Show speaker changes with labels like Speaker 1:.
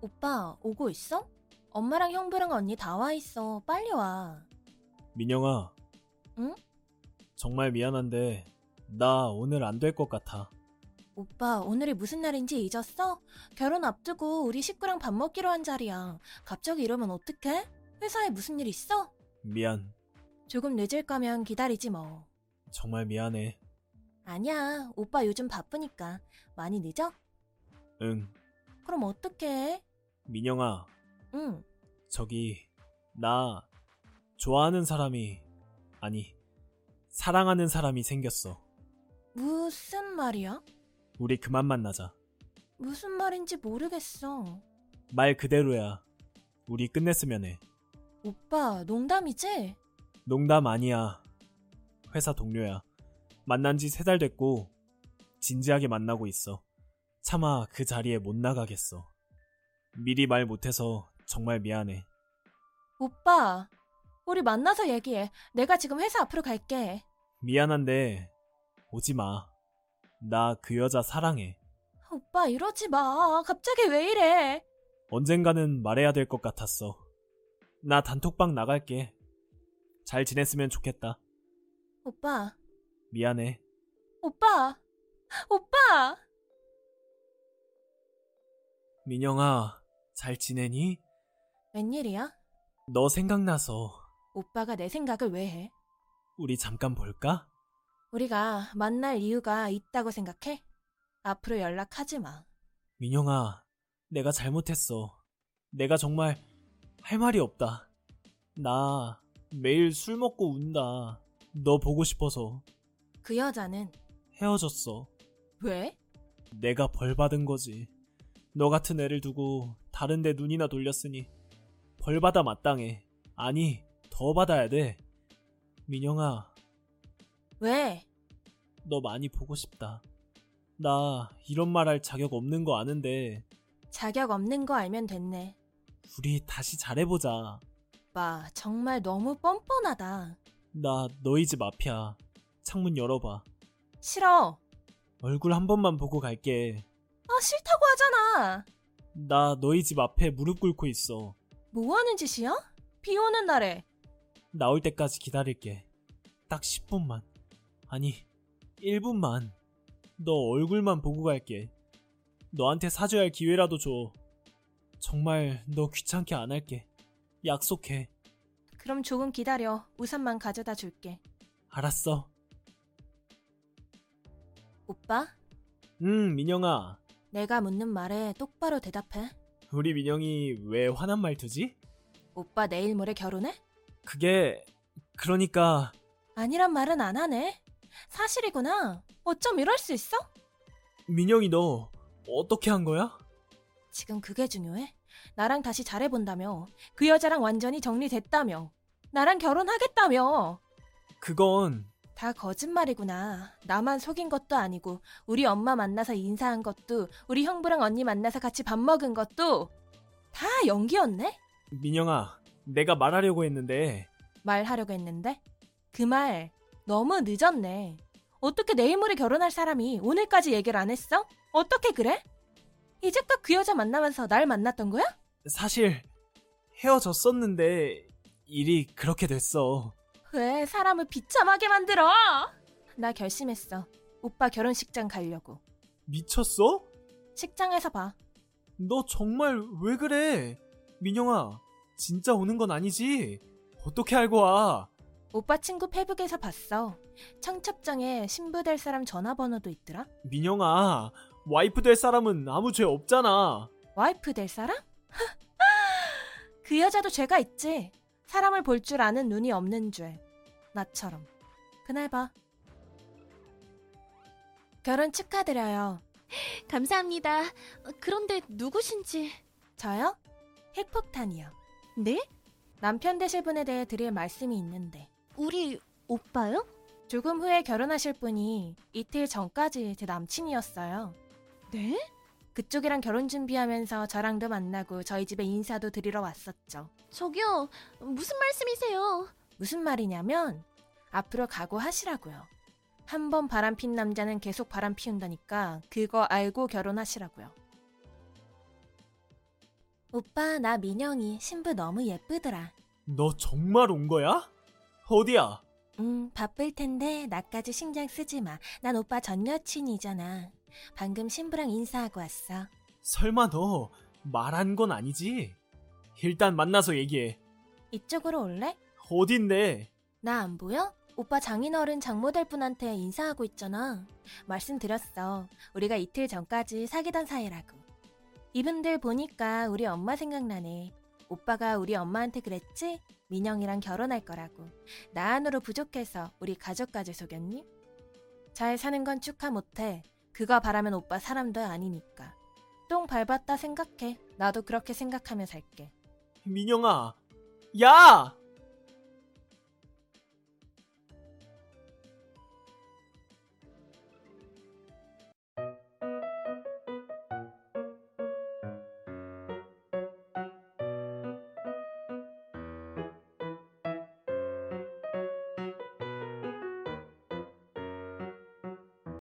Speaker 1: 오빠, 오고 있어? 엄마랑 형부랑 언니 다 와 있어. 빨리 와.
Speaker 2: 민영아.
Speaker 1: 응?
Speaker 2: 정말 미안한데 나 오늘 안 될 것 같아.
Speaker 1: 오빠, 오늘이 무슨 날인지 잊었어? 결혼 앞두고 우리 식구랑 밥 먹기로 한 자리야. 갑자기 이러면 어떡해? 회사에 무슨 일 있어?
Speaker 2: 미안.
Speaker 1: 조금 늦을 거면 기다리지 뭐.
Speaker 2: 정말 미안해.
Speaker 1: 아니야, 오빠 요즘 바쁘니까. 많이 늦어?
Speaker 2: 응.
Speaker 1: 그럼 어떡해?
Speaker 2: 민영아.
Speaker 1: 응,
Speaker 2: 저기 나 좋아하는 사람이 아니 사랑하는 사람이 생겼어.
Speaker 1: 무슨 말이야?
Speaker 2: 우리 그만 만나자.
Speaker 1: 무슨 말인지 모르겠어.
Speaker 2: 말 그대로야. 우리 끝냈으면 해.
Speaker 1: 오빠, 농담이지?
Speaker 2: 농담 아니야. 회사 동료야. 만난 지 세 달 됐고, 진지하게 만나고 있어. 차마 그 자리에 못 나가겠어. 미리 말 못해서 정말 미안해.
Speaker 1: 오빠, 우리 만나서 얘기해. 내가 지금 회사 앞으로 갈게.
Speaker 2: 미안한데, 오지 마. 나 그 여자 사랑해.
Speaker 1: 오빠, 이러지 마. 갑자기 왜 이래?
Speaker 2: 언젠가는 말해야 될 것 같았어. 나 단톡방 나갈게. 잘 지냈으면 좋겠다.
Speaker 1: 오빠,
Speaker 2: 미안해.
Speaker 1: 오빠, 오빠!
Speaker 2: 민영아, 잘 지내니?
Speaker 1: 웬일이야?
Speaker 2: 너 생각나서
Speaker 1: 오빠가 내 생각을 왜 해?
Speaker 2: 우리 잠깐 볼까?
Speaker 1: 우리가 만날 이유가 있다고 생각해? 앞으로 연락하지 마.
Speaker 2: 민영아, 내가 잘못했어. 내가 정말 할 말이 없다. 나 매일 술 먹고 운다. 너 보고 싶어서
Speaker 1: 그 여자는
Speaker 2: 헤어졌어.
Speaker 1: 왜?
Speaker 2: 내가 벌 받은 거지. 너 같은 애를 두고 다른 데 눈이나 돌렸으니 벌 받아 마땅해. 아니, 더 받아야 돼. 민영아,
Speaker 1: 왜?
Speaker 2: 너 많이 보고 싶다. 나 이런 말 할 자격 없는 거 아는데
Speaker 1: 자격 없는 거 알면 됐네.
Speaker 2: 우리 다시 잘해보자.
Speaker 1: 오빠, 정말 너무 뻔뻔하다.
Speaker 2: 나 너희 집 앞이야. 창문 열어봐.
Speaker 1: 싫어.
Speaker 2: 얼굴 한 번만 보고 갈게.
Speaker 1: 아, 싫다고 하잖아.
Speaker 2: 나 너희 집 앞에 무릎 꿇고 있어.
Speaker 1: 뭐 하는 짓이야? 비 오는 날에.
Speaker 2: 나올 때까지 기다릴게. 딱 10분만. 아니, 1분만. 너 얼굴만 보고 갈게. 너한테 사줘야 할 기회라도 줘. 정말 너 귀찮게 안 할게. 약속해.
Speaker 1: 그럼 조금 기다려. 우산만 가져다 줄게.
Speaker 2: 알았어.
Speaker 1: 오빠,
Speaker 2: 응, 민영아.
Speaker 1: 내가 묻는 말에 똑바로 대답해.
Speaker 2: 우리 민영이 왜 화난 말투지?
Speaker 1: 오빠 내일 모레 결혼해?
Speaker 2: 그게, 그러니까,
Speaker 1: 아니란 말은 안 하네. 사실이구나. 어쩜 이럴 수 있어?
Speaker 2: 민영이 너 어떻게 한 거야?
Speaker 1: 지금 그게 중요해. 나랑 다시 잘해본다며. 그 여자랑 완전히 정리됐다며. 나랑 결혼하겠다며.
Speaker 2: 그건
Speaker 1: 다 거짓말이구나. 나만 속인 것도 아니고, 우리 엄마 만나서 인사한 것도, 우리 형부랑 언니 만나서 같이 밥 먹은 것도, 다 연기였네?
Speaker 2: 민영아, 내가 말하려고 했는데
Speaker 1: 말하려고 했는데 그 말 너무 늦었네. 어떻게 내일 모레 결혼할 사람이 오늘까지 얘기를 안 했어? 어떻게 그래? 이제껏 그 여자 만나면서 날 만났던 거야?
Speaker 2: 사실 헤어졌었는데 일이 그렇게 됐어.
Speaker 1: 왜 사람을 비참하게 만들어? 나 결심했어. 오빠 결혼식장 가려고.
Speaker 2: 미쳤어?
Speaker 1: 식장에서 봐.
Speaker 2: 너 정말 왜 그래? 민영아, 진짜 오는 건 아니지? 어떻게 알고 와?
Speaker 1: 오빠 친구 페북에서 봤어. 청첩장에 신부 될 사람 전화번호도 있더라.
Speaker 2: 민영아, 와이프 될 사람은 아무 죄 없잖아.
Speaker 1: 와이프 될 사람? 그 여자도 죄가 있지. 사람을 볼 줄 아는 눈이 없는 죄. 나처럼. 그날 봐. 결혼 축하드려요.
Speaker 3: 감사합니다. 어, 그런데 누구신지.
Speaker 1: 저요? 핵폭탄이요.
Speaker 3: 네?
Speaker 1: 남편 되실 분에 대해 드릴 말씀이 있는데.
Speaker 3: 우리 오빠요?
Speaker 1: 조금 후에 결혼하실 분이 이틀 전까지 제 남친이었어요.
Speaker 3: 네?
Speaker 1: 그쪽이랑 결혼 준비하면서 저랑도 만나고 저희 집에 인사도 드리러 왔었죠.
Speaker 3: 저기요. 무슨 말씀이세요?
Speaker 1: 무슨 말이냐면 앞으로 각오하시라고요. 한 번 바람 핀 남자는 계속 바람 피운다니까 그거 알고 결혼하시라고요. 오빠, 나 민영이 신부 너무 예쁘더라.
Speaker 2: 너 정말 온 거야? 어디야?
Speaker 1: 음, 바쁠 텐데 나까지 신경 쓰지 마. 난 오빠 전 여친이잖아. 방금 신부랑 인사하고 왔어.
Speaker 2: 설마 너 말한 건 아니지? 일단 만나서 얘기해.
Speaker 1: 이쪽으로 올래?
Speaker 2: 어딘데?
Speaker 1: 나 안 보여? 오빠 장인어른 장모될 분한테 인사하고 있잖아. 말씀드렸어. 우리가 이틀 전까지 사귀던 사이라고. 이분들 보니까 우리 엄마 생각나네. 오빠가 우리 엄마한테 그랬지? 민영이랑 결혼할 거라고. 나 안으로 부족해서 우리 가족까지 속였니? 잘 사는 건 축하 못해. 그거 바라면 오빠 사람도 아니니까. 똥 밟았다 생각해. 나도 그렇게 생각하며 살게.
Speaker 2: 민영아. 야!